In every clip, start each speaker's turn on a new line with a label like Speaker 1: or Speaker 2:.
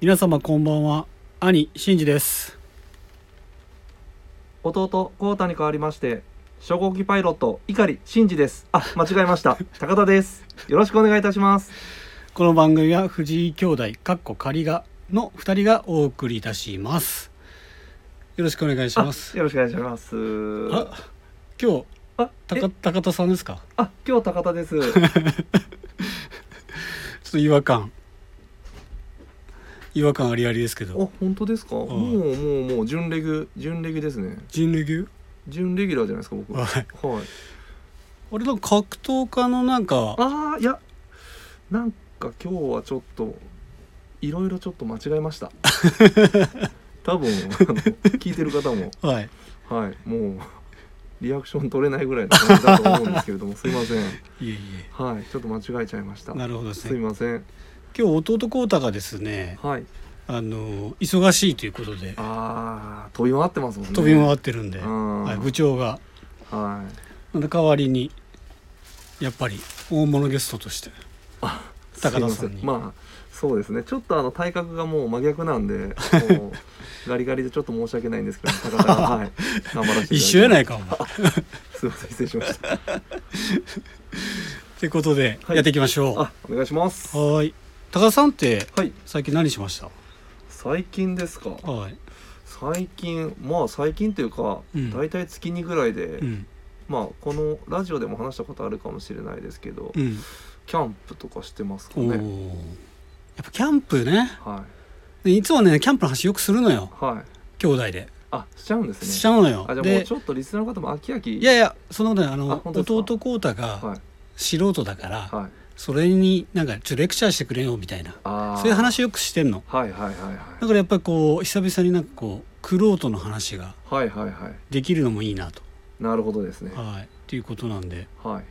Speaker 1: 皆様こんばんは兄真二です
Speaker 2: 弟コータに代わりまして初号機パイロット碇真二ですあ間違えました 高田ですよろしくお願いいたします
Speaker 1: この番組は藤井兄弟かっこ仮がの2人がお送りいたしますよろしくお願いします
Speaker 2: あよろしくお願いします
Speaker 1: あ今日
Speaker 2: あえ
Speaker 1: 高高田さんですか
Speaker 2: あ今日高田 です
Speaker 1: ちょっと違和感違和感ありありですけど
Speaker 2: お本当ですかもうもうもう準レギュ準レギュですね
Speaker 1: 人類牛
Speaker 2: 準レギュラーじゃないですか僕はい
Speaker 1: はい俺の格闘家のなんか
Speaker 2: あーいやなんか今日はちょっといろいろちょっと間違えました 多分あの聞いてる方も
Speaker 1: はい
Speaker 2: はい、もうリアクション取れないぐらいの感じだと思うんですけれども、すいません。
Speaker 1: いえい
Speaker 2: はい、ちょっと間違えちゃいました
Speaker 1: え。なるほどです
Speaker 2: すい
Speaker 1: ね
Speaker 2: ません。
Speaker 1: 今日弟コータがですね
Speaker 2: はい。
Speaker 1: あの忙しいということで
Speaker 2: ああ、飛び回ってますもんね。
Speaker 1: 飛び回ってるんで、
Speaker 2: うん
Speaker 1: はい、部長が
Speaker 2: はい。
Speaker 1: なんで代わりにやっぱり大物ゲストとして高田さんに
Speaker 2: すいませまあ、そうですね。ちょっとあの体格がもう真逆なん で、もうガリガリでちょっと申し訳ないんですけど、高田が はい、頑張らせて
Speaker 1: 一緒やないいかお前。った
Speaker 2: だきます。すいません、失礼し ました。
Speaker 1: てことで
Speaker 2: はい
Speaker 1: やっていきましょう。は
Speaker 2: あ、お願いします。は
Speaker 1: ーい。高田さんって
Speaker 2: い。
Speaker 1: 最近何しました？
Speaker 2: 最近ですか。
Speaker 1: はい。
Speaker 2: 最近、まあ最近というか、
Speaker 1: うん
Speaker 2: 大体月2ぐらいで、
Speaker 1: うん
Speaker 2: まあこのラジオでも話したことあるかもしれないですけど、
Speaker 1: うん。
Speaker 2: キャンプとかしてますか
Speaker 1: おお
Speaker 2: ね
Speaker 1: ー。やっぱキャンプね。
Speaker 2: はい
Speaker 1: でいつもねキャンプの話よくするのよ。
Speaker 2: はい
Speaker 1: 兄弟で。
Speaker 2: あしちゃうんですね
Speaker 1: しちゃうのよ
Speaker 2: あじゃ。あもう
Speaker 1: で
Speaker 2: ち、ょっとリスナーの方も飽き飽き
Speaker 1: いやいやそんなことないあ
Speaker 2: あ
Speaker 1: の
Speaker 2: 本当ですか
Speaker 1: 弟コータが
Speaker 2: はい
Speaker 1: 素人だから
Speaker 2: はい
Speaker 1: それになんかちょっとレクチャーしてくれよみたいな
Speaker 2: あー
Speaker 1: そういう話よくしてんの。
Speaker 2: はいはいはいはい
Speaker 1: だからやっぱりこう久々になんかこうクロートの話が
Speaker 2: はいはいは
Speaker 1: できるのもいいなと、
Speaker 2: いなるほどですね
Speaker 1: はい、っていうことなんで
Speaker 2: はい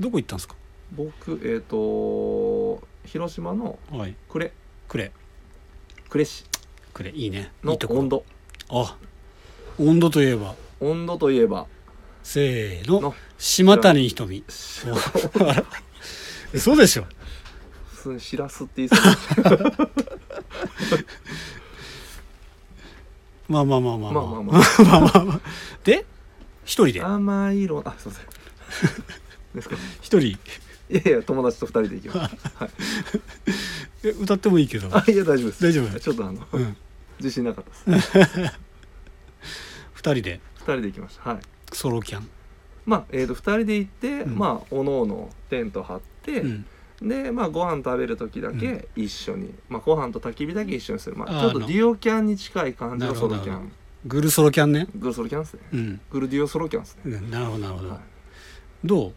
Speaker 1: どこ行ったんですか
Speaker 2: 僕えっ、と広島の
Speaker 1: はい
Speaker 2: 呉
Speaker 1: くれ
Speaker 2: 呉市
Speaker 1: くれいいねい
Speaker 2: の
Speaker 1: いとこ
Speaker 2: 温度
Speaker 1: あ温度といえば
Speaker 2: 温度といえば
Speaker 1: せーの
Speaker 2: の
Speaker 1: 島谷ひとみ
Speaker 2: し
Speaker 1: おあら嘘でしょ
Speaker 2: 普通にしらすって言いそうに
Speaker 1: まあまあまあまあ
Speaker 2: ま
Speaker 1: ま
Speaker 2: あ
Speaker 1: あ
Speaker 2: まあまあ
Speaker 1: まあまあまあ で一人で
Speaker 2: 甘い色あすいませんですか
Speaker 1: 一人
Speaker 2: いやいや友達と二人で行きます
Speaker 1: え歌ってもいいけど
Speaker 2: あいや大丈夫です
Speaker 1: 大丈夫
Speaker 2: ちょっとあの、
Speaker 1: うん
Speaker 2: 自信なかったです
Speaker 1: 二人で
Speaker 2: 二人で行きましたはい
Speaker 1: ソロキャン、
Speaker 2: まあ、えー、と二人で行って、
Speaker 1: うん
Speaker 2: まあおのおのテント張って、
Speaker 1: うん、
Speaker 2: でまあご飯食べる時だけ一緒に、まあご飯と焚き火だけ一緒にする、ま
Speaker 1: あー
Speaker 2: あ、ちょっと
Speaker 1: あの
Speaker 2: デュオキャンに近い感じのソロ
Speaker 1: な
Speaker 2: キャ
Speaker 1: るほ
Speaker 2: ン
Speaker 1: グルソロキャンね
Speaker 2: グルソロキャンですね
Speaker 1: うん
Speaker 2: グルデュオソロキャンですね、
Speaker 1: うんなるほどなるほど、
Speaker 2: は
Speaker 1: どう
Speaker 2: い、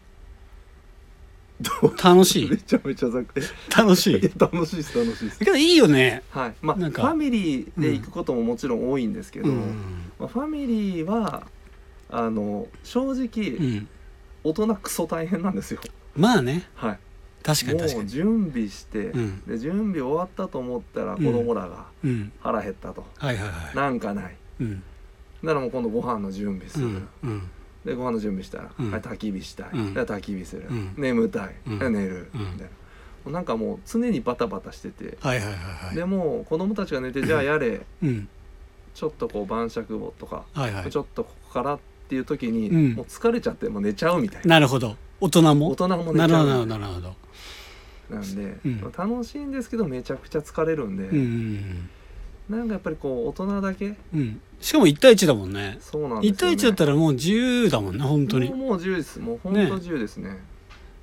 Speaker 2: どう
Speaker 1: 楽し
Speaker 2: め
Speaker 1: い
Speaker 2: ちゃめちゃざっくり
Speaker 1: 楽しい
Speaker 2: いや楽しいです楽しいです
Speaker 1: けどいいよね
Speaker 2: はいまあフ
Speaker 1: なんか
Speaker 2: ァミリーで行くことももちろん多いんですけど、
Speaker 1: うん
Speaker 2: まあ、ファミリーはあの正直、
Speaker 1: うん
Speaker 2: 大人クソ大変なんですよ
Speaker 1: まあね
Speaker 2: はい
Speaker 1: 確かに確
Speaker 2: も
Speaker 1: か
Speaker 2: う
Speaker 1: に
Speaker 2: 準備して、
Speaker 1: うん
Speaker 2: で準備終わったと思ったら
Speaker 1: ん
Speaker 2: 子供らが
Speaker 1: うん
Speaker 2: 腹減ったと、
Speaker 1: はいはいは
Speaker 2: なんかない
Speaker 1: いうん
Speaker 2: ならもう今度ご飯の準備す
Speaker 1: う
Speaker 2: る、
Speaker 1: んうん
Speaker 2: でご飯の準備したら、
Speaker 1: うん
Speaker 2: はい焚き火したい、
Speaker 1: うん
Speaker 2: で焚き火する、
Speaker 1: うん
Speaker 2: 眠たい、
Speaker 1: うん
Speaker 2: で寝る、
Speaker 1: うん
Speaker 2: みたいなもうなんかもう常にバタバタしてて、
Speaker 1: はいはいはいは
Speaker 2: でもう子供たちが寝て、じゃあやれ
Speaker 1: いうん
Speaker 2: ちょっとこう晩酌をとか、
Speaker 1: はいはい
Speaker 2: ちょっとここからっていう時に、
Speaker 1: うん
Speaker 2: もう疲れちゃってもう寝ちゃうみたいな
Speaker 1: なるほど大人
Speaker 2: 大
Speaker 1: も
Speaker 2: 人も
Speaker 1: な
Speaker 2: 寝ち
Speaker 1: る
Speaker 2: ゃ
Speaker 1: ほど
Speaker 2: う
Speaker 1: なるほどな
Speaker 2: みたい
Speaker 1: るほど
Speaker 2: ななんで、
Speaker 1: うん
Speaker 2: 楽しいんですけどめちゃくちゃ疲れるんで、
Speaker 1: うん
Speaker 2: なんかやっぱりこう大人だけ
Speaker 1: うんうんしかも一対一だもんね
Speaker 2: そうなんですよ、ね、
Speaker 1: 一対一だったらもう自由だもんね本当
Speaker 2: もう
Speaker 1: に
Speaker 2: もう自由ですもう本
Speaker 1: ね
Speaker 2: 当自由ですね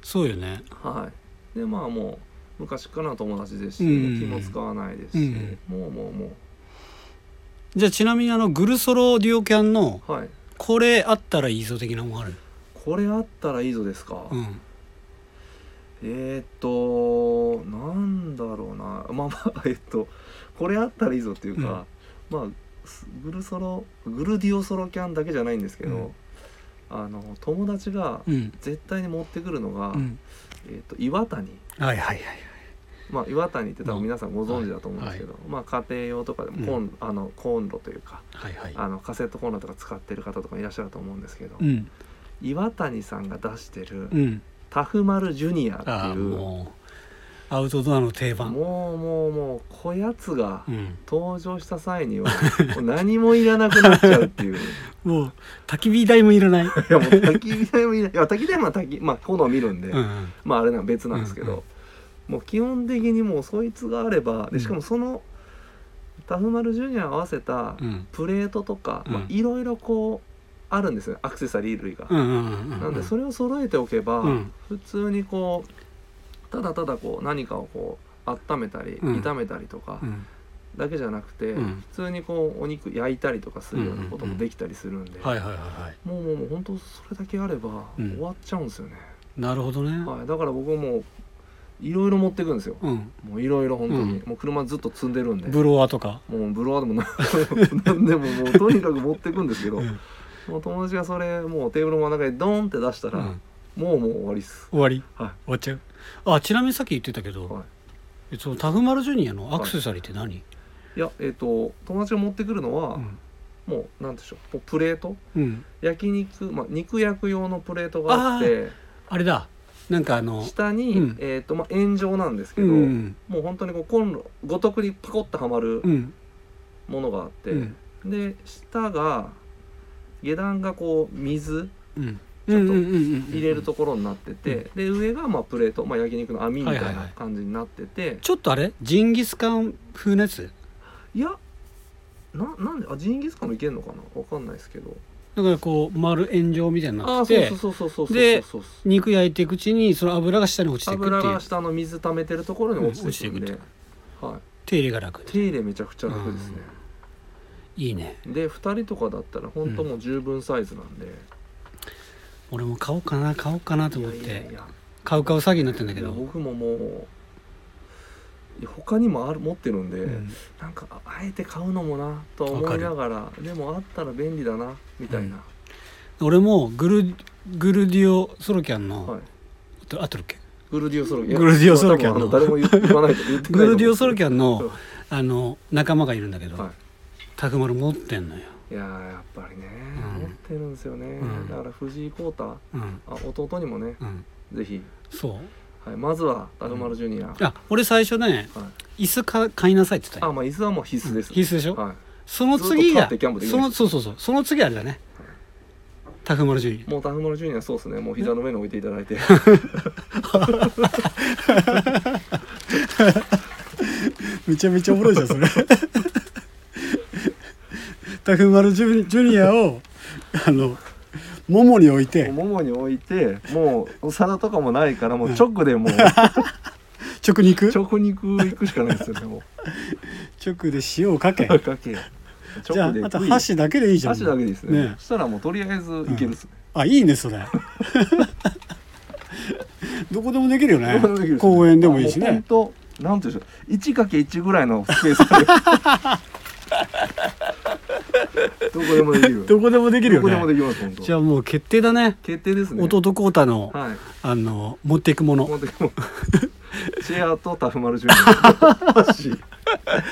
Speaker 1: そうよね
Speaker 2: はいでまあもう昔からの友達ですし、
Speaker 1: うん
Speaker 2: もう気も使わないですし、
Speaker 1: うん
Speaker 2: もうもうも
Speaker 1: じゃあちなみにあのグルソロデュオキャンの
Speaker 2: うはい
Speaker 1: これあったらいいぞ的なもんある
Speaker 2: これあったらいいぞですか、
Speaker 1: うん
Speaker 2: えー、っとなんだろうなまあまあ えっとこれあったらいいぞっていうか、まあすグルソログルディオソロキャンだけじゃないんですけど、
Speaker 1: うん
Speaker 2: あの友達が
Speaker 1: うん
Speaker 2: 絶対に持ってくるのが、
Speaker 1: うん
Speaker 2: えー、っと岩谷
Speaker 1: はいはいはい
Speaker 2: まあ、岩谷って多分皆さんご存知だと思うんですけど、まあ、家庭用とかでもコン,、
Speaker 1: う
Speaker 2: あのコンロというか
Speaker 1: はいはいはい
Speaker 2: あのカセットコンロとか使ってる方とかいらっしゃると思うんですけど、
Speaker 1: うん
Speaker 2: 岩谷さんが出してる
Speaker 1: うん
Speaker 2: タフマルジュニアって
Speaker 1: ああ
Speaker 2: いう
Speaker 1: もうアウトドアの定番
Speaker 2: もうもうもう こやつが
Speaker 1: うん
Speaker 2: 登場した際にはもう何もいらなくなっちゃうっていうい
Speaker 1: もう焚き火台もいらない、うん
Speaker 2: やもう焚き火台もいらいや焚き台は焚きまあ炎見るんで、
Speaker 1: うん、
Speaker 2: まああれな別なんですけど、
Speaker 1: うんうん
Speaker 2: もう基本的にもうそいつがあればでしかもそのタフマルジュニア合わせた
Speaker 1: うん
Speaker 2: プレートとか、
Speaker 1: うん
Speaker 2: まあいろいろこうあるんですよねアクセサリー類が。
Speaker 1: うんうんうん
Speaker 2: なんで
Speaker 1: れ
Speaker 2: それを揃えておけば、
Speaker 1: うん
Speaker 2: 普通にこうただただこう何かをこう温めたり
Speaker 1: うん
Speaker 2: 炒めたりとか
Speaker 1: うん
Speaker 2: だけじゃなくて、
Speaker 1: うん
Speaker 2: 普通にこうお肉焼いたりとかするようなこともできたりするんで、
Speaker 1: はいはいはいはい
Speaker 2: もうもうもう本当それだけあれば
Speaker 1: うん
Speaker 2: 終わっちゃうんですよね、
Speaker 1: なるほどね、
Speaker 2: はい、だから僕もいろいろ持ってくんですよ
Speaker 1: うん
Speaker 2: もういろいろ本当に、
Speaker 1: う
Speaker 2: もう車ずっと積んでるんで
Speaker 1: ブロワーとか
Speaker 2: もうブロワーでも 何でももうとにかく持ってくんですけど、
Speaker 1: うん
Speaker 2: もう友達がそれもうテーブルの真ん中にドーンって出した
Speaker 1: う
Speaker 2: ら、
Speaker 1: ん
Speaker 2: もうもう終わりっす
Speaker 1: 終わり
Speaker 2: はい
Speaker 1: 終わっちゃうあちなみにさっき言ってたけど、
Speaker 2: は
Speaker 1: そのタフマルジュニアのアクセサリーって何、
Speaker 2: いやえっ、と友達が持ってくるのは、もうなんでしょうもうプレート
Speaker 1: うん、うん、
Speaker 2: 焼肉、まあ、肉焼く用のプレートがあって
Speaker 1: あれだなんかあの
Speaker 2: 下に、
Speaker 1: うん
Speaker 2: えっ、とまあ円状なんですけ
Speaker 1: う
Speaker 2: ど、
Speaker 1: ん
Speaker 2: もう本当にこうコンロごとくにパコッとはまる
Speaker 1: うん
Speaker 2: ものがあって、
Speaker 1: うん
Speaker 2: で下が下段がこう水
Speaker 1: うん
Speaker 2: ちょっと
Speaker 1: 入
Speaker 2: 入れるところになってて、で上がまあプレート、まあ、焼肉の網みたい
Speaker 1: はいはいは
Speaker 2: ない感じになってて、い
Speaker 1: ちょっとあれジンギスカン風のやつ
Speaker 2: やななんであジンギスカンもいけるのかなわかんないですけど
Speaker 1: だからこう丸円状みたいにな
Speaker 2: あ
Speaker 1: っ
Speaker 2: あそ
Speaker 1: てて
Speaker 2: うそうそうそうそうそう
Speaker 1: で
Speaker 2: そう
Speaker 1: 肉焼いていくうちにその油が下に落ちていくっ
Speaker 2: 油
Speaker 1: ていう
Speaker 2: が下の水溜めてるところに落ちてくん
Speaker 1: う
Speaker 2: で
Speaker 1: ん落ち、
Speaker 2: は
Speaker 1: 手入れが楽
Speaker 2: い、手入れめちゃくちゃ楽ですね、
Speaker 1: いいね
Speaker 2: で2人とかだったら本当もう十分サイズなんで、
Speaker 1: 俺も買おうかな買おうかなと思っ
Speaker 2: いやいやい
Speaker 1: て
Speaker 2: や
Speaker 1: 買う買う詐欺になってんだけ
Speaker 2: いや
Speaker 1: ど、
Speaker 2: 僕ももういや他にもある持ってるんで、
Speaker 1: うん
Speaker 2: なんかああえて買うのもなと思いながらでもあったら便利だなみたいな、
Speaker 1: 俺もグルグルディオソロキャンの、
Speaker 2: はい
Speaker 1: あってるっけ
Speaker 2: グルディオソロキャン
Speaker 1: グルディオソロキャンの
Speaker 2: 多分あの誰も言わないと
Speaker 1: グ
Speaker 2: 言ってないと思うんですけど
Speaker 1: ルディオソロキャン
Speaker 2: そう
Speaker 1: のあの仲間がいるんだけど、
Speaker 2: は
Speaker 1: タクマル持ってんのよ、
Speaker 2: い、いやーやっぱりね、
Speaker 1: うん
Speaker 2: 持ってるんですよね、
Speaker 1: ん
Speaker 2: だから藤井耕太
Speaker 1: うん
Speaker 2: あ弟にもね
Speaker 1: うん、
Speaker 2: ぜひ、
Speaker 1: そう
Speaker 2: はい、まずはダルマルジュニア、はい、
Speaker 1: あ俺最初ね椅子か買いなさいって言った
Speaker 2: あ
Speaker 1: よ
Speaker 2: まあ椅子はもう必須です、
Speaker 1: 必須でしょ、
Speaker 2: は
Speaker 1: その次が
Speaker 2: ずっと立ってキャンプでき
Speaker 1: そ
Speaker 2: るん
Speaker 1: の
Speaker 2: です
Speaker 1: そうそうそうその次あれだねタフマルジュニ
Speaker 2: い、もうダルマルジュニアそうですねもう膝の上に置いていただいて
Speaker 1: アめちゃめちゃおもろいじゃんそ れタフマルジュジュニアをあのももに置いて
Speaker 2: ももに置いてもうお皿とかもないからもう直でもう
Speaker 1: 直肉
Speaker 2: 直肉行くしかないですよ ねも
Speaker 1: 直で塩をかけ
Speaker 2: うかけ
Speaker 1: じゃあ
Speaker 2: 直で
Speaker 1: あと
Speaker 2: 食い
Speaker 1: 箸だけでいいじゃん
Speaker 2: 箸だけでいいですね
Speaker 1: ね
Speaker 2: そしたらもうとりあえずいけるっすね、
Speaker 1: あいいね それどこでもできるよね
Speaker 2: どこでもできるっすね
Speaker 1: 公園でもいいし
Speaker 2: あもう
Speaker 1: ね
Speaker 2: ほんとなんていうんでしょう 1×1 ぐらいのスペース あるどこでもできる
Speaker 1: どこでもできる
Speaker 2: どこで
Speaker 1: よ
Speaker 2: も
Speaker 1: ね
Speaker 2: できます本当
Speaker 1: じゃあもう決定だね
Speaker 2: 決定ですね
Speaker 1: 弟コータの、
Speaker 2: はい
Speaker 1: あの持っていくもの
Speaker 2: 本当にもうシェアとタフマルジュニア箸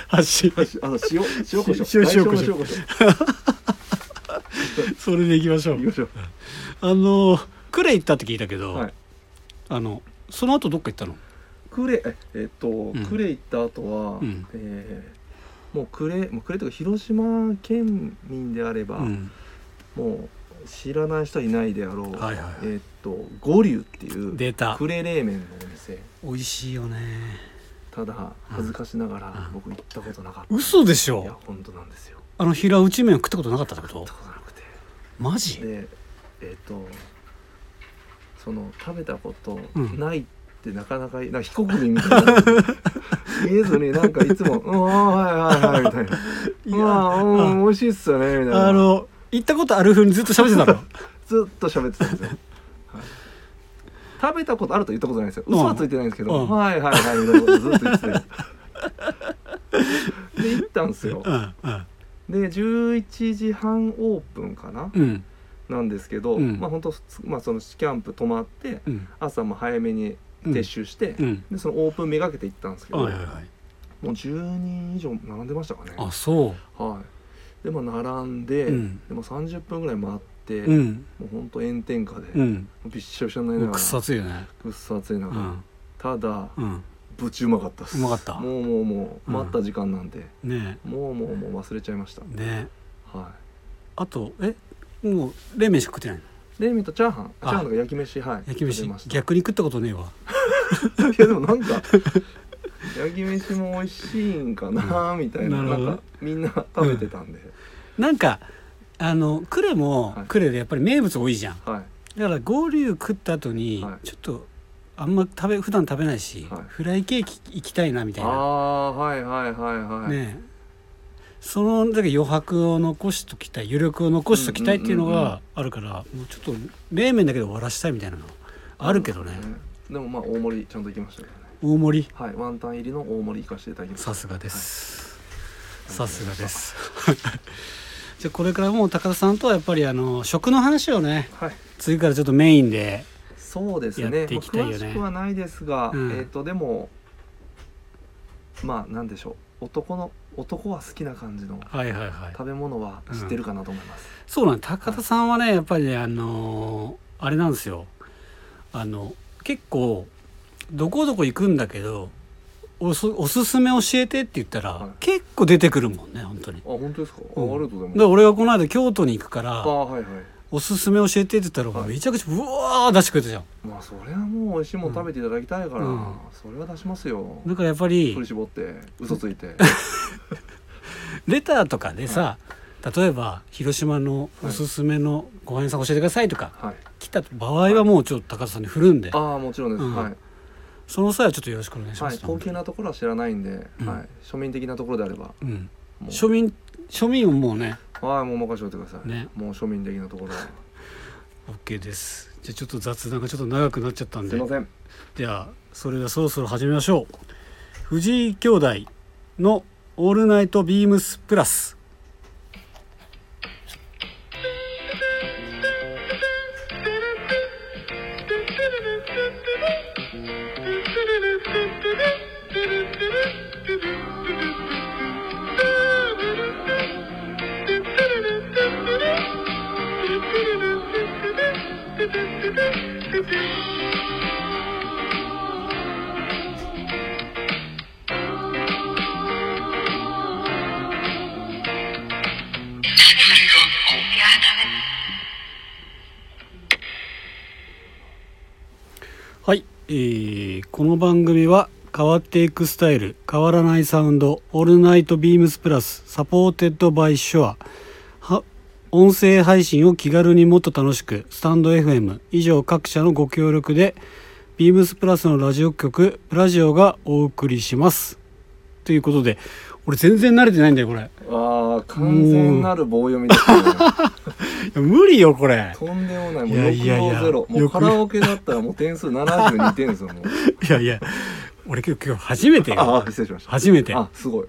Speaker 1: 箸
Speaker 2: 箸あの塩塩コショ
Speaker 1: 塩
Speaker 2: ウ
Speaker 1: 塩コショウ
Speaker 2: 最初の塩コショウ
Speaker 1: それでいきましょ
Speaker 2: 行き
Speaker 1: う
Speaker 2: ましょう
Speaker 1: あのクレ行ったって聞いたけど、
Speaker 2: はい
Speaker 1: あのその後どっか行ったの
Speaker 2: クレええっと、
Speaker 1: ん
Speaker 2: クレ行った後は、
Speaker 1: うん
Speaker 2: えーもうクレもうクレというか広島県民であれば、
Speaker 1: うん
Speaker 2: もう知らない人はいないであろう、
Speaker 1: はいはい
Speaker 2: えっと五龍っていう
Speaker 1: 出た
Speaker 2: クレ冷麺のお店
Speaker 1: 美味しいよね
Speaker 2: ただ恥ずかしながら
Speaker 1: うん
Speaker 2: 僕行ったことなかった、
Speaker 1: 嘘でし
Speaker 2: いや
Speaker 1: ょ
Speaker 2: 本当なんですよ
Speaker 1: あの平打ち麺を食ったことなかったってこ
Speaker 2: 行った
Speaker 1: と
Speaker 2: ことなくて
Speaker 1: マジ
Speaker 2: でえっ、とその食べたこと
Speaker 1: うん
Speaker 2: ないってなかなか,、なんか非国民みたいな見えずになんかいつも「うんあーはいはいはい」みたいな「
Speaker 1: いうや
Speaker 2: んうん美味しいっすよね」みたいな
Speaker 1: あの行ったことある風にずっと喋って たの
Speaker 2: ずっと喋ってたんですよ、はい食べたことあると言ったことないんですよ
Speaker 1: うん
Speaker 2: 嘘はついてないんですけど「
Speaker 1: うん
Speaker 2: はいはいはい」みたいなことずっと言っててで行ったんですよ
Speaker 1: うんうん
Speaker 2: で11時半オープンかな、
Speaker 1: うん
Speaker 2: なんですけど、
Speaker 1: うん
Speaker 2: まあ本当普通まあそのキャンプ泊まって
Speaker 1: うん
Speaker 2: 朝も早めに撤収して、
Speaker 1: うん
Speaker 2: でそのオープンめがけて行ったんですけど、
Speaker 1: はいはいはい
Speaker 2: もう10人以上並んでましたかね
Speaker 1: あそ
Speaker 2: はいでも並んで、
Speaker 1: うん
Speaker 2: でも30分ぐらい待って、
Speaker 1: ううん
Speaker 2: もうほんと炎天下で、
Speaker 1: うん
Speaker 2: びっしょびしょになりな
Speaker 1: もう
Speaker 2: が
Speaker 1: くっ
Speaker 2: ら
Speaker 1: さついよね
Speaker 2: くっさ暑いう中、
Speaker 1: ん
Speaker 2: ただ
Speaker 1: うん
Speaker 2: ぶぶちうまかったっす
Speaker 1: うまかった
Speaker 2: もうもうも
Speaker 1: う
Speaker 2: う
Speaker 1: ん
Speaker 2: 待った時間なんで、
Speaker 1: ね
Speaker 2: もうもうもう忘れちゃいました
Speaker 1: えね
Speaker 2: は
Speaker 1: えあとえもう冷麺しか食ってないの
Speaker 2: い冷麺とチャーハンあ
Speaker 1: あ
Speaker 2: チャーハンとか焼き飯はい
Speaker 1: 焼き
Speaker 2: 食
Speaker 1: 飯
Speaker 2: べました
Speaker 1: 逆に食ったことねえわ
Speaker 2: いやでもなんか焼き飯も美味しいんかなみたいな,、
Speaker 1: なる
Speaker 2: な
Speaker 1: ほど
Speaker 2: んかみんな食べてたんで、
Speaker 1: なんかあの呉も
Speaker 2: はい
Speaker 1: 呉でやっぱり名物多いじゃん
Speaker 2: はい
Speaker 1: だから合流食った後に、
Speaker 2: はい
Speaker 1: ちょっとあんま食べ普段食べないし、
Speaker 2: はい
Speaker 1: フライケーキ行きたいなみたい
Speaker 2: あ
Speaker 1: な、
Speaker 2: あはいはいはいはい、
Speaker 1: ねえそのだけ余白を残しときたい余力を残しときたいっていうの
Speaker 2: うんうんうんう
Speaker 1: があるから、もうちょっと冷麺だけで終わらしたいみたいなのあるけどね、
Speaker 2: でもまあ大盛りちゃんと行きましたけどね
Speaker 1: 大盛り
Speaker 2: はいワンタン入りの大盛り行かせていただきました
Speaker 1: さすがです、さすがです じゃあこれからもう高田さんとはやっぱりあの食の話をね
Speaker 2: はい
Speaker 1: 次からちょっとメインで
Speaker 2: そうです
Speaker 1: や
Speaker 2: ね
Speaker 1: っていきたいよね
Speaker 2: まあ詳しくはないですが、
Speaker 1: うん
Speaker 2: えっ、とでもまあなんでしょう男の男は好きな感じの
Speaker 1: はいはいはい
Speaker 2: 食べ物は知ってるかなと思います、
Speaker 1: そうなんです高田さんはねやっぱりねあのーあれなんですよあの結構どこどこ行くんだけどおすおすすめ教えてって言ったら、
Speaker 2: はい
Speaker 1: 結構出てくるもんね本当に。
Speaker 2: あ本当ですか、
Speaker 1: うん
Speaker 2: あありがとうござい
Speaker 1: で
Speaker 2: ます
Speaker 1: 俺がこの間京都に行くから
Speaker 2: あはいはい
Speaker 1: おすすめ教えてって言ったら、
Speaker 2: はい
Speaker 1: めちゃくちゃうわー出してくれたじゃん
Speaker 2: まあそれはもう美味しいもん食べていただきたいから、
Speaker 1: うん
Speaker 2: それは出しますよ
Speaker 1: だからやっぱり
Speaker 2: 振り絞って嘘ついて
Speaker 1: レターとかでさ、例えば広島のおすすめのご飯屋さん教えてくださいとか
Speaker 2: はい
Speaker 1: 来た場合はもうちょっと高田さんに振るんで、
Speaker 2: ああもちろんです、
Speaker 1: うん
Speaker 2: はい
Speaker 1: その際はちょっとよろしくお願いしま
Speaker 2: はい、
Speaker 1: す、
Speaker 2: 高級なところは知らないんで、
Speaker 1: うん
Speaker 2: はい、庶民的なところであれば
Speaker 1: うん、
Speaker 2: も
Speaker 1: 庶民庶民はもうね
Speaker 2: うはいもう任せておいてください、
Speaker 1: ね
Speaker 2: もう庶民的なところは
Speaker 1: OK ですじゃあちょっと雑談がちょっと長くなっちゃったん
Speaker 2: すい
Speaker 1: で
Speaker 2: ません
Speaker 1: じゃあそれではそろそろ始めましょう藤井兄弟の「オールナイトビームスプラス」
Speaker 3: Thank you.
Speaker 1: はい、えーこの番組は変わっていくスタイル変わらないサウンドオールナイトビームスプラスサポーテッドバイショアは音声配信を気軽にもっと楽しくスタンド FM 以上各社のご協力でビームスプラスのラジオ局プラジオがお送りしますということで俺全然慣れてないんだよこれい
Speaker 2: ああ完全なる棒読みですね
Speaker 1: や無理よこれ
Speaker 2: とんでもない
Speaker 1: い
Speaker 2: も
Speaker 1: うや
Speaker 2: 6
Speaker 1: いやいや
Speaker 2: ゼロも
Speaker 1: よ
Speaker 2: う
Speaker 1: く
Speaker 2: カラオケだったらもう点数72点 ですよもう
Speaker 1: いやいや俺今日今日初めて
Speaker 2: あ
Speaker 1: よ
Speaker 2: あ失礼しました
Speaker 1: 初めて
Speaker 2: あすごい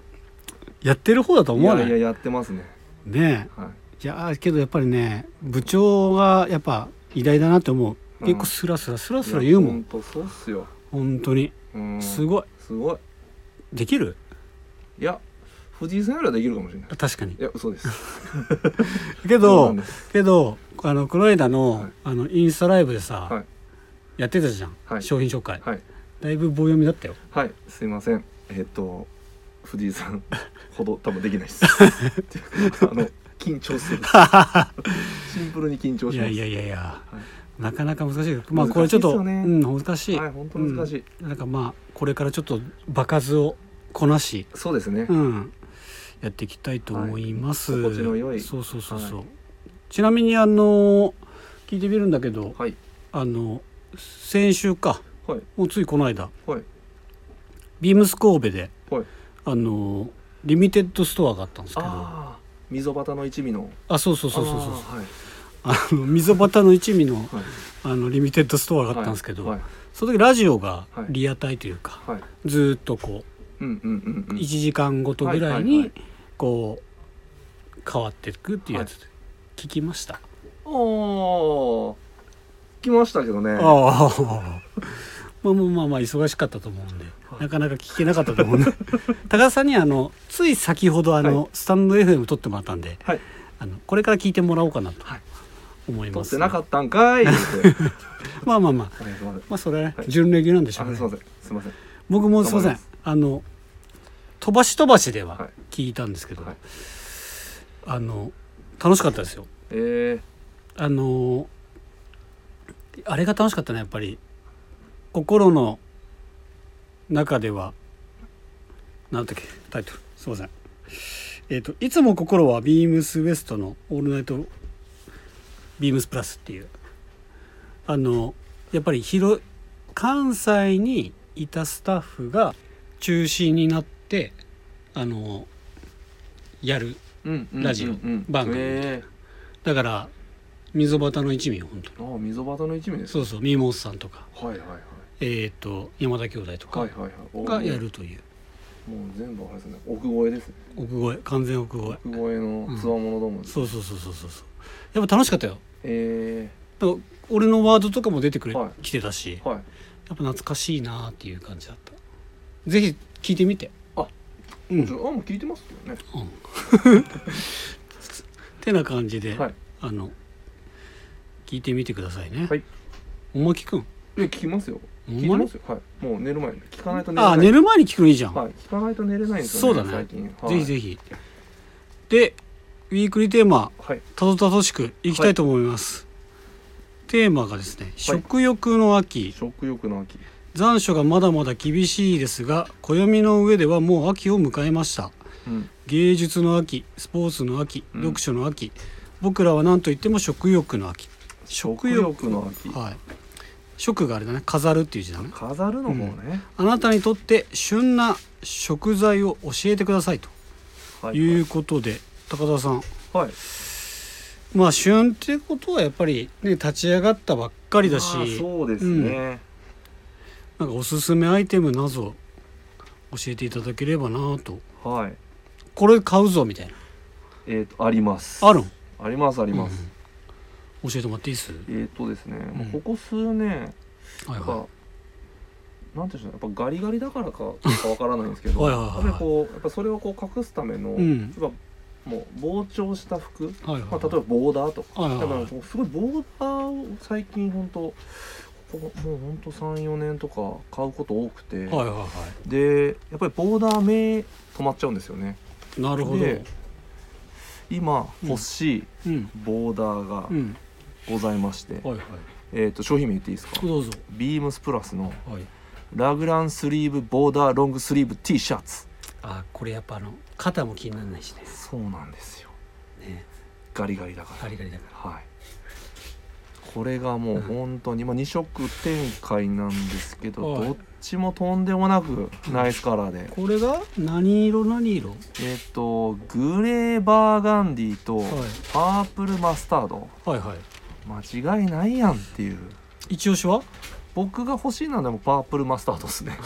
Speaker 1: やってる方だと
Speaker 2: い
Speaker 1: 思わな
Speaker 2: や
Speaker 1: い
Speaker 2: いややってますね
Speaker 1: ねえ
Speaker 2: はい
Speaker 1: いやーけどやっぱりね部長がやっぱ偉大だなって思う
Speaker 2: うん
Speaker 1: 結構スラスラスラスラ言うもん
Speaker 2: 本当そうっすよ
Speaker 1: 本当に
Speaker 2: うん
Speaker 1: すごい
Speaker 2: すごい
Speaker 1: できる
Speaker 2: いや藤井さんよりはできるかもしれない
Speaker 1: 確かに
Speaker 2: いや嘘です
Speaker 1: け
Speaker 2: そうな
Speaker 1: ど
Speaker 2: んです
Speaker 1: けどあのこの間の,、
Speaker 2: はい
Speaker 1: あのインスタライブでさ、
Speaker 2: はい
Speaker 1: やってたじゃん、
Speaker 2: はい
Speaker 1: 商品紹介、
Speaker 2: はい
Speaker 1: だいぶ棒読みだったよ
Speaker 2: はい、すいません。えっ、と藤井さん ほど多分でき ないです。っていうかあの緊張する。シンプルに緊張
Speaker 1: い
Speaker 2: し
Speaker 1: や
Speaker 2: ます。
Speaker 1: いやいやいや
Speaker 2: は
Speaker 1: なかなか難しいまあ
Speaker 2: 難しい
Speaker 1: これちょっと
Speaker 2: ですよね
Speaker 1: うん難しい、
Speaker 2: はい本当難しい
Speaker 1: うんなんかまあこれからちょっと場数をこなし
Speaker 2: そうですね。
Speaker 1: うん、やっていきたいと思います。
Speaker 2: はい心地の良い
Speaker 1: そうそうそうそう。ちなみにあの聞いてみるんだけど、
Speaker 2: はい
Speaker 1: あの先週か
Speaker 2: はい
Speaker 1: もうついこの間
Speaker 2: はい
Speaker 1: ビームス神戸で
Speaker 2: はい。
Speaker 1: あのリミテッドストアがあったんですけどあ
Speaker 2: ああ溝端の一味の。
Speaker 1: そうそうそうそうそう
Speaker 2: あーはい
Speaker 1: あの溝端の一味の
Speaker 2: はい。
Speaker 1: あのリミテッドストアがあったんですけど、
Speaker 2: はい
Speaker 1: その時ラジオが
Speaker 2: はい
Speaker 1: リアタイというか、
Speaker 2: はい。
Speaker 1: ずーっとこ
Speaker 2: うんうんうんう。
Speaker 1: うん1時間ごとぐらい
Speaker 2: はいはいは
Speaker 1: に
Speaker 2: い
Speaker 1: こう変わっていくっていうやつで聞きました。
Speaker 2: おお。来ましたけどね。は
Speaker 1: ああ。まあまあまあまあ忙しかったと思うんで、
Speaker 2: はい
Speaker 1: なかなか聞けなかったと思うん で高田さんにはあのつい先ほどあの、スタンド FM 撮ってもらったんで
Speaker 2: い。
Speaker 1: あのこれから聞いてもらおうかなと
Speaker 2: はい
Speaker 1: 思い
Speaker 2: 撮
Speaker 1: ま
Speaker 2: っ
Speaker 1: す、
Speaker 2: てなかっ たんかい。って
Speaker 1: まあまあまあ
Speaker 2: あれすいません。
Speaker 1: まあそれ、
Speaker 2: はい
Speaker 1: 準レギュなんでしょ
Speaker 2: あ
Speaker 1: うね
Speaker 2: れすいません。すいません。
Speaker 1: 僕もすいませ
Speaker 2: 頑張り
Speaker 1: ん
Speaker 2: ます
Speaker 1: あの飛ばし飛ばしでははい聞いたんですけど、
Speaker 2: はい
Speaker 1: あの楽しかったですよ
Speaker 2: え
Speaker 1: あのあれが楽しかったねやっぱり心の中ではなんだっけタイトルすいませんえっ、と「いつも心はビームスウエストのオールナイトビームスプラス」っていうあのやっぱり広い関西にいたスタッフが中心になってあのやる
Speaker 2: ーうんうん
Speaker 1: ラジオ
Speaker 2: うんうん
Speaker 1: 番組
Speaker 2: え
Speaker 1: だから溝端の一味本当に
Speaker 2: ー、ああ溝端の一味です
Speaker 1: そうそうミーモスさんとか
Speaker 2: はいはいはい
Speaker 1: えー、と山田兄弟と
Speaker 2: は
Speaker 1: か
Speaker 2: いはいはい
Speaker 1: がやるという
Speaker 2: もう全部あれですね奥越えですね
Speaker 1: 奥越え完全奥越え
Speaker 2: 奥越えのつわものどもです、
Speaker 1: そうそうそうそうそうそうやっぱ楽しかったよ
Speaker 2: え
Speaker 1: だから俺のワードとかも出てくれ、
Speaker 2: はい
Speaker 1: 来てたし
Speaker 2: ー、はい
Speaker 1: やっぱ懐かしいなっていう感じだったぜひ聞いてみて
Speaker 2: あ
Speaker 1: うん、う
Speaker 2: あ
Speaker 1: ん、っ
Speaker 2: もう聞いてますけどね
Speaker 1: てな感じで、
Speaker 2: はい
Speaker 1: あの聞いてみてくださいね、
Speaker 2: はい
Speaker 1: おまきくん
Speaker 2: いや聞きますよ
Speaker 1: ほ
Speaker 2: 聞
Speaker 1: ん
Speaker 2: いて
Speaker 1: ま
Speaker 2: ま
Speaker 1: に
Speaker 2: すよはいもう寝る前に聞かないと寝れない
Speaker 1: あ寝る前に聞くのいいじゃん、
Speaker 2: はい聞かないと寝れないんですよね
Speaker 1: そうだね
Speaker 2: 最近、はい、
Speaker 1: ぜひぜひでウィークリーテーマ
Speaker 2: はい
Speaker 1: たどたどしくいきたいと思います、テーマがですね「食欲の秋」
Speaker 2: 食欲の秋
Speaker 1: 残暑がまだまだ厳しいですが暦の上ではもう秋を迎えました
Speaker 2: うん
Speaker 1: 芸術の秋スポーツの秋
Speaker 2: うん
Speaker 1: 読書の秋、僕らは何と言っても食欲の秋
Speaker 2: 食欲の秋
Speaker 1: はい食があれだね飾るっていう字だね
Speaker 2: 飾るのもね、
Speaker 1: あなたにとって旬な食材を教えてくださいと
Speaker 2: はい
Speaker 1: いうことで、高田さん
Speaker 2: はい
Speaker 1: まあ旬ってことはやっぱりね立ち上がったばっかりだし
Speaker 2: あーそうですね、
Speaker 1: なんかおすすめアイテムなど教えていただければなと
Speaker 2: はい
Speaker 1: これ買うぞみたいな
Speaker 2: えっ、とあります
Speaker 1: あるん教
Speaker 2: ありますあります、
Speaker 1: えてもらっていいっす
Speaker 2: えっ、とですね、
Speaker 1: ん
Speaker 2: もうここ数年
Speaker 1: はい
Speaker 2: やっ
Speaker 1: は
Speaker 2: ぱなんていうんでしょうねやっぱガリガリだからかかわからないんですけど
Speaker 1: はいはいはいはい
Speaker 2: やっぱりこうやっぱそれをこう隠すための、
Speaker 1: うん
Speaker 2: やっぱもう膨張した
Speaker 1: い
Speaker 2: 服、
Speaker 1: はいはい
Speaker 2: まあ、例えばボーダーとか、
Speaker 1: はいはい
Speaker 2: だか
Speaker 1: はい
Speaker 2: らこうすごいボーダーを最近本当ここもう本当34年とか買うこと多くて、
Speaker 1: はいはいは
Speaker 2: でやっぱりボーダー目止まっちゃうんですよね
Speaker 1: いなるほど
Speaker 2: で今
Speaker 1: うん
Speaker 2: 欲しい
Speaker 1: うん
Speaker 2: ボーダーが
Speaker 1: うん
Speaker 2: ございまして、
Speaker 1: はいはい
Speaker 2: えっ、と商品名言っていいですか
Speaker 1: どうぞ
Speaker 2: ビームスプラスの
Speaker 1: はい
Speaker 2: ラグランスリーブボーダーロングスリーブ T シャツ
Speaker 1: あこれやっぱあの肩も気にならないしね
Speaker 2: そうなんですよ
Speaker 1: ね
Speaker 2: ガリガリだから
Speaker 1: ガリガリだか
Speaker 2: はいこれがもう本当に、まあ、2色展開なんですけど、
Speaker 1: はい
Speaker 2: どっちもとんでもなくナイスカラーで
Speaker 1: ら、これが何色何色は
Speaker 2: えっ、とグレーバーガンディと
Speaker 1: い
Speaker 2: パープルマスタード
Speaker 1: はいはい
Speaker 2: 間違いないやんっていう
Speaker 1: 一押しは
Speaker 2: 僕が欲しいのはでもパープルマスタードです ね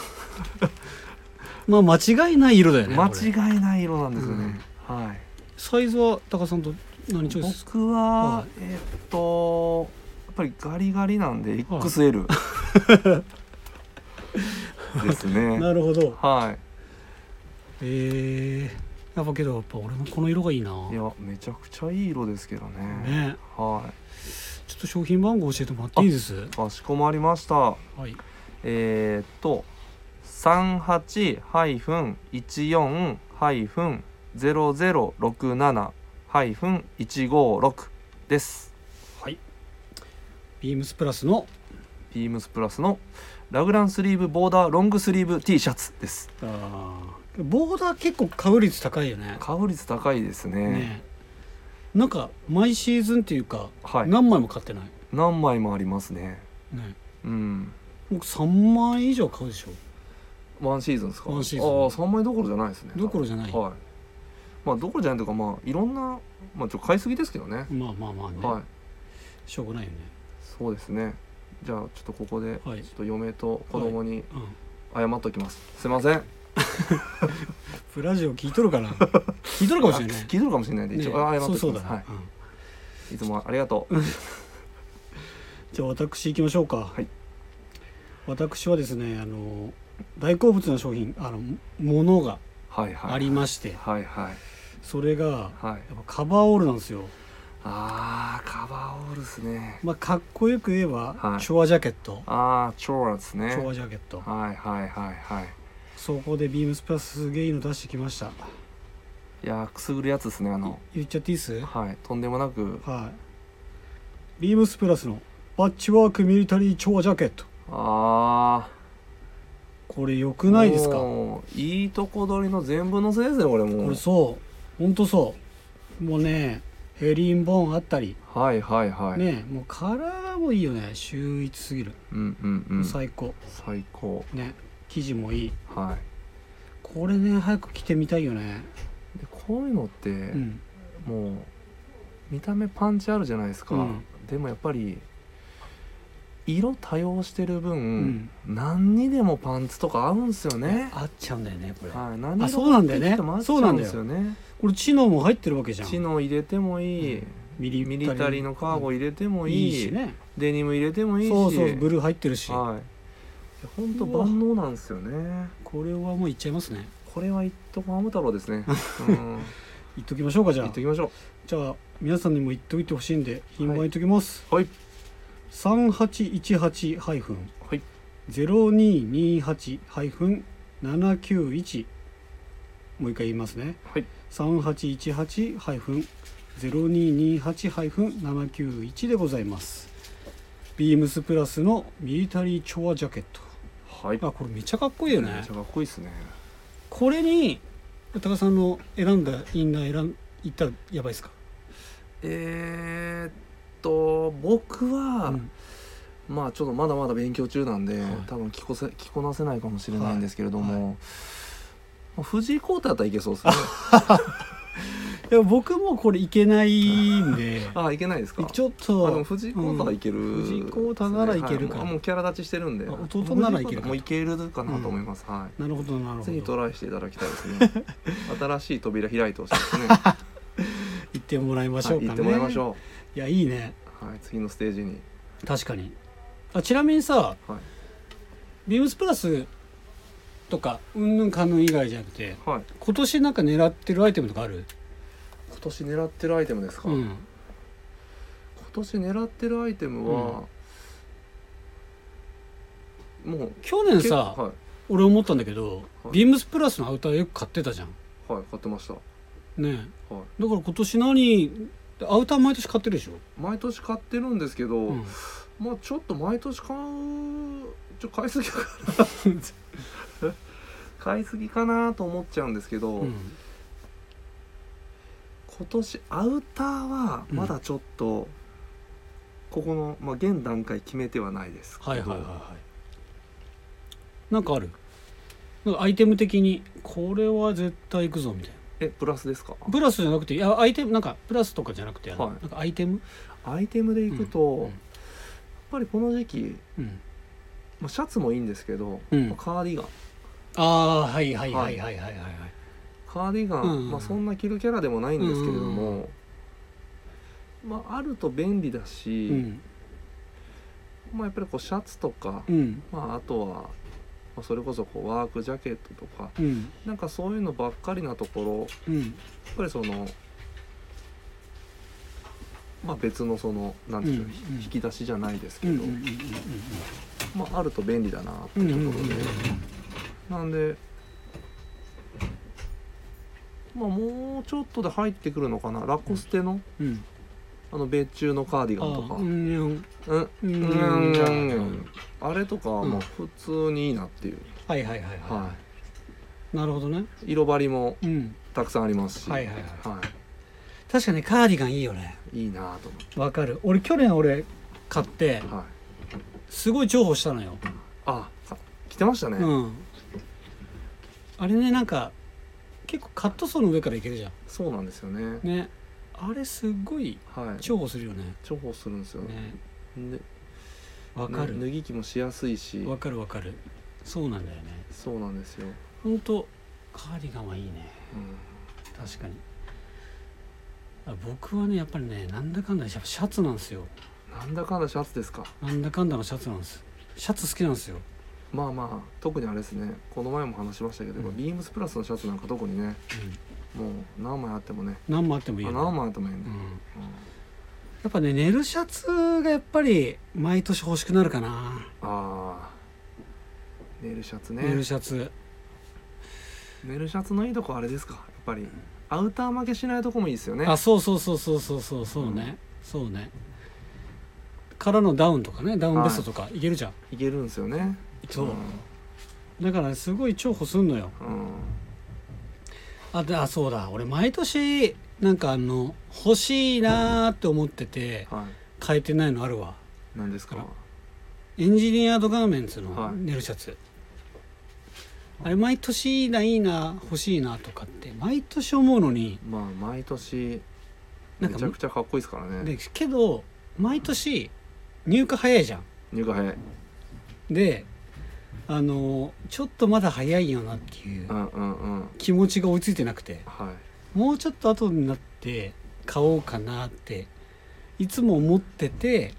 Speaker 1: まあ間違いない色だよね
Speaker 2: 間
Speaker 1: これ
Speaker 2: 違いない色なんですよね、はい
Speaker 1: サイズは高田さんと何チョイスですか
Speaker 2: 僕は、
Speaker 1: はい
Speaker 2: えーっとやっぱりガリガリなんで XL、ですね
Speaker 1: なるほど
Speaker 2: は
Speaker 1: えー、やっぱけどやっぱ俺もこの色がいいない
Speaker 2: いやめちゃくちゃいい色ですけどね
Speaker 1: ね
Speaker 2: は
Speaker 1: ちょっと商品番号教えてもらっていいです
Speaker 2: いかしこまりました
Speaker 1: はい
Speaker 2: えー、っと38-14-0067-156です
Speaker 1: はいビームスプラスの
Speaker 2: ビームスプラスのラグランスリーブボーダーロングスリーブ T シャツです
Speaker 1: あーボーダー結構買う率高いよね
Speaker 2: 買う率高いですね
Speaker 1: ねなんか毎シーズンっていうか、
Speaker 2: はい
Speaker 1: 何枚も買ってない
Speaker 2: 何枚もありますね
Speaker 1: ね
Speaker 2: うん
Speaker 1: 僕3万以上買うでしょ
Speaker 2: ワンシーズンですか
Speaker 1: ワンシーズン
Speaker 2: ああ3枚どころじゃないですね
Speaker 1: どころじゃない
Speaker 2: はいまあどころじゃないというかまあいろんなまあちょっと買いすぎですけどね、
Speaker 1: まあまあまあね、
Speaker 2: はい
Speaker 1: しょうがないよね
Speaker 2: そうですねじゃあちょっとここでちょ
Speaker 1: は
Speaker 2: っ
Speaker 1: い
Speaker 2: と嫁と子供に
Speaker 1: うん
Speaker 2: 謝っときます、すいません
Speaker 1: プラジオ聞いとる かな聞いとるかもしれない
Speaker 2: あ聞いとるかもしれないんで
Speaker 1: ね
Speaker 2: 一応あ謝っ
Speaker 1: そ
Speaker 2: と
Speaker 1: う
Speaker 2: き
Speaker 1: そう
Speaker 2: ま
Speaker 1: だ
Speaker 2: す、
Speaker 1: ね、
Speaker 2: はい
Speaker 1: うん
Speaker 2: いつもありがとう
Speaker 1: じゃあ私行きましょうか、
Speaker 2: はい
Speaker 1: 私はですねあの大好物な商品あのものが
Speaker 2: はいはい
Speaker 1: ありまして、
Speaker 2: はいはい
Speaker 1: それが
Speaker 2: はい
Speaker 1: やっぱカバーオールなんですよ
Speaker 2: あーカバーオールですね
Speaker 1: まあ、かっこよく言えば、
Speaker 2: はい
Speaker 1: 昭和ジャケット
Speaker 2: ああチョーラですね
Speaker 1: 昭和ジャケット
Speaker 2: はいはいはいはい
Speaker 1: そこでビームスプラスすげえいいの出してきました
Speaker 2: いやーくすぐるやつですねあの
Speaker 1: 言っちゃっていいっす
Speaker 2: はいとんでもなく
Speaker 1: はいビームスプラスのパッチワークミリタリー調和ジャケット
Speaker 2: ああ
Speaker 1: これ良くないですかこ
Speaker 2: もういいとこ取りの全部のせいですねこれも
Speaker 1: れ
Speaker 2: う
Speaker 1: そうほんとそうもうねヘリンボーンあったり、
Speaker 2: はいはいはい、
Speaker 1: ねもうカラーもいいよね秀逸すぎる、
Speaker 2: うんうんうん最
Speaker 1: 最高
Speaker 2: 高
Speaker 1: ね生地もいい
Speaker 2: は
Speaker 1: これね早く着てみたいよね
Speaker 2: いでこういうのって、
Speaker 1: うん
Speaker 2: もう見た目パンチあるじゃないですか、
Speaker 1: うん
Speaker 2: でもやっぱり色多用してる分
Speaker 1: ん、
Speaker 2: 何にでもパンツとか合うんすよね、
Speaker 1: 合っちゃうんだよねこれ
Speaker 2: はい、何に
Speaker 1: あ
Speaker 2: で
Speaker 1: そうなんだよね
Speaker 2: ピッとも合っちゃうんですよね
Speaker 1: これ知能も入ってるわけじゃん
Speaker 2: チノ入れてもいい、
Speaker 1: うんミリ
Speaker 2: ミリタリーのカーゴ入れてもいい,、
Speaker 1: いいしね
Speaker 2: デニム入れてもいいし
Speaker 1: そうそうブルー入ってるし
Speaker 2: はいいやほんと
Speaker 1: うわ
Speaker 2: 万能なんですよね
Speaker 1: これはもういっちゃいますね
Speaker 2: これは一徳ハム太郎ですね、 うん、
Speaker 1: いっときましょうかじゃ
Speaker 2: 言
Speaker 1: あ
Speaker 2: っときましょ
Speaker 1: じゃあ皆さんにも言っといてほしいんで品番言っときます、
Speaker 2: うはいはい
Speaker 1: 3818-0228-791もう一回言いますね
Speaker 2: はい
Speaker 1: 3818-0228-791でございますビームスプラスのミリタリー調和ジャケッ
Speaker 2: はい
Speaker 1: トあこれめっちゃかっこいいよ
Speaker 2: め
Speaker 1: ね
Speaker 2: っちゃかっこいいですね
Speaker 1: これに高田さんの選んだインナー選んいったらやばいですか、
Speaker 2: えー、っと僕は、
Speaker 1: うん
Speaker 2: まあちょっとまだまだ勉強中なんで、
Speaker 1: はい
Speaker 2: 多分着こせ着こなせないかもしれないんですけれども、まあ藤井コータだったらいけそう ですね
Speaker 1: いや僕もこれいけないんで
Speaker 2: ああいけないですか
Speaker 1: ちょっ
Speaker 2: あでも
Speaker 1: と
Speaker 2: 藤井コータはいける、
Speaker 1: うん藤井耕太ならいけるか
Speaker 2: はいもうもうキャラ立ちしてるんで
Speaker 1: あ弟ならいけるか
Speaker 2: もういけるかなと思います、はい
Speaker 1: なるほどなる
Speaker 2: ぜひ
Speaker 1: ほ
Speaker 2: ト
Speaker 1: ど
Speaker 2: ライしていただきたいですね 新しい扉開いてほしいですねは
Speaker 1: 行ってもらいましょう
Speaker 2: い、
Speaker 1: かね、
Speaker 2: 行ってもらいましょ
Speaker 1: いやいいね
Speaker 2: う、はい、次のステージに、
Speaker 1: 確かにあちなみにさ
Speaker 2: はい
Speaker 1: ビームスプラスとかうんぬんかんぬん以外じゃなくて
Speaker 2: はい、
Speaker 1: 今年なんか狙ってるアイテムとかある
Speaker 2: 今年狙ってるアイテムですか、
Speaker 1: う
Speaker 2: 今
Speaker 1: ん
Speaker 2: 年狙ってるアイテムは、もう
Speaker 1: 去年
Speaker 2: け
Speaker 1: さ、
Speaker 2: は
Speaker 1: 俺思ったんだけど、
Speaker 2: はい
Speaker 1: ビームスプラスのアウターよく買ってたじゃん
Speaker 2: い、はい、買ってました、は
Speaker 1: ねえ
Speaker 2: い、
Speaker 1: だから今年何アウター毎年買ってるでしょ、
Speaker 2: 毎年買ってるんですけど、
Speaker 1: うん
Speaker 2: まあちょっと毎年買うちょ買いすぎかな 買いすぎかなと思っちゃうんですけど、
Speaker 1: うん
Speaker 2: 今年アウターはまだちょっと、ここの、まあ、現段階決めてはないですけど
Speaker 1: はいはいはいはいなんかあるなんかアイテム的にこれは絶対行くぞみたい
Speaker 2: えプラスですか
Speaker 1: なプラスじゃなくていやアイテムなんかプラスとかじゃなくて、
Speaker 2: はい
Speaker 1: なんかアイテム
Speaker 2: アイテムでいくと、
Speaker 1: うん
Speaker 2: やっぱりこの時期、
Speaker 1: うん
Speaker 2: まあ、シャツもいいんですけど、
Speaker 1: うん
Speaker 2: まあカーディガン
Speaker 1: ああはいはいは
Speaker 2: はいい
Speaker 1: はいはいはいはい
Speaker 2: カーディガン、
Speaker 1: うん
Speaker 2: まあ、そんな着るキャラでもないんですけれども、
Speaker 1: う
Speaker 2: まあ、あると便利だし、
Speaker 1: うん
Speaker 2: まあ、やっぱりこうシャツとか、
Speaker 1: うん
Speaker 2: まあ、あとは、まあ、それこそこうワークジャケットとか
Speaker 1: うん
Speaker 2: なんかそういうのばっかりなところ
Speaker 1: うん
Speaker 2: やっぱりそのまあ別のその何でしょう、
Speaker 1: うん
Speaker 2: 引き出しじゃないですけ
Speaker 1: うんうん
Speaker 2: ど、
Speaker 1: うんうん
Speaker 2: まああると便利だなって
Speaker 1: うんうんうんう
Speaker 2: とこ
Speaker 1: ん
Speaker 2: ろで、なんでまあもうちょっとで入ってくるのかなラコステの、
Speaker 1: うん
Speaker 2: あの米中のカーディ
Speaker 1: あ
Speaker 2: ガン
Speaker 1: ー
Speaker 2: とか
Speaker 1: う
Speaker 2: うん
Speaker 1: んうん
Speaker 2: うん
Speaker 1: うんう
Speaker 2: う
Speaker 1: ん
Speaker 2: ん
Speaker 1: うん
Speaker 2: あれとかはもう普通にいいなっていう、
Speaker 1: はいはいはいは
Speaker 2: はい
Speaker 1: なるほどね
Speaker 2: い色張りも
Speaker 1: うん
Speaker 2: たくさんありますし
Speaker 1: はいはいはい
Speaker 2: は
Speaker 1: 確かにカーディガンいいよね
Speaker 2: い、いいなと思って
Speaker 1: わかる俺去年俺買って
Speaker 2: はい
Speaker 1: すごい重宝したのよ
Speaker 2: あか来てましたね、
Speaker 1: うん、あれねなんか結構カットソーの上からいけるじゃん
Speaker 2: そうなんですよね
Speaker 1: ねあれすっごい
Speaker 2: はい
Speaker 1: 重宝するよね
Speaker 2: 重宝するんですよね
Speaker 1: ね
Speaker 2: ね
Speaker 1: わか
Speaker 2: ぬ脱
Speaker 1: る
Speaker 2: ぎ着もしやすいし
Speaker 1: わかるわかるそうなんだよね
Speaker 2: そうなんですよ、
Speaker 1: ほんとカーディガンはいいね
Speaker 2: う
Speaker 1: 確かにあ僕はねやっぱりねなんだかんだやっぱシャツなんですよ
Speaker 2: ん、なんだかんだシャツですか
Speaker 1: なんだかんだのシャツなんですシャツ好きなんですよ
Speaker 2: まあまあ特にあれですねこの前も話しましたけど、
Speaker 1: うん
Speaker 2: ビームスプラスのシャツなんか特にねもう何枚あってもね
Speaker 1: 何もあってもいい
Speaker 2: あ
Speaker 1: よ、ね、
Speaker 2: 何枚あってもいいね、
Speaker 1: うん、
Speaker 2: うん
Speaker 1: やっぱね寝るシャツがやっぱり毎年欲しくなるかな、
Speaker 2: あーネイルシャツね
Speaker 1: 寝るシャツ
Speaker 2: ネイルシャツのいいとこあれですかやっぱりアウター負けしないとこもいいですよね
Speaker 1: あそうそうそうそうそうそうそうね、そうねからのダウンとかねダウンベストとかいけるじゃん、
Speaker 2: いけるんですよね
Speaker 1: そう
Speaker 2: うん、
Speaker 1: だからすごい重宝すんのよ
Speaker 2: うん
Speaker 1: あであそうだ俺毎年なんかあの欲しいなーって思ってて
Speaker 2: は
Speaker 1: 変えてないのあるわ
Speaker 2: いなんですか
Speaker 1: あエンジニアードガーメンツの
Speaker 2: はい
Speaker 1: 寝るシャツ、あれ毎年いいないいな欲しいなとかって毎年思うのに
Speaker 2: まあ毎年
Speaker 1: な
Speaker 2: め
Speaker 1: んか
Speaker 2: ちゃくちゃかっこいいですからね
Speaker 1: でけど毎年入荷早いじゃん
Speaker 2: 入荷早い
Speaker 1: であのちょっとまだ早いよなっていう
Speaker 2: うんうんうん
Speaker 1: 気持ちが追いついてなくて
Speaker 2: はい
Speaker 1: もうちょっと後になって買おうかなっていつも思ってて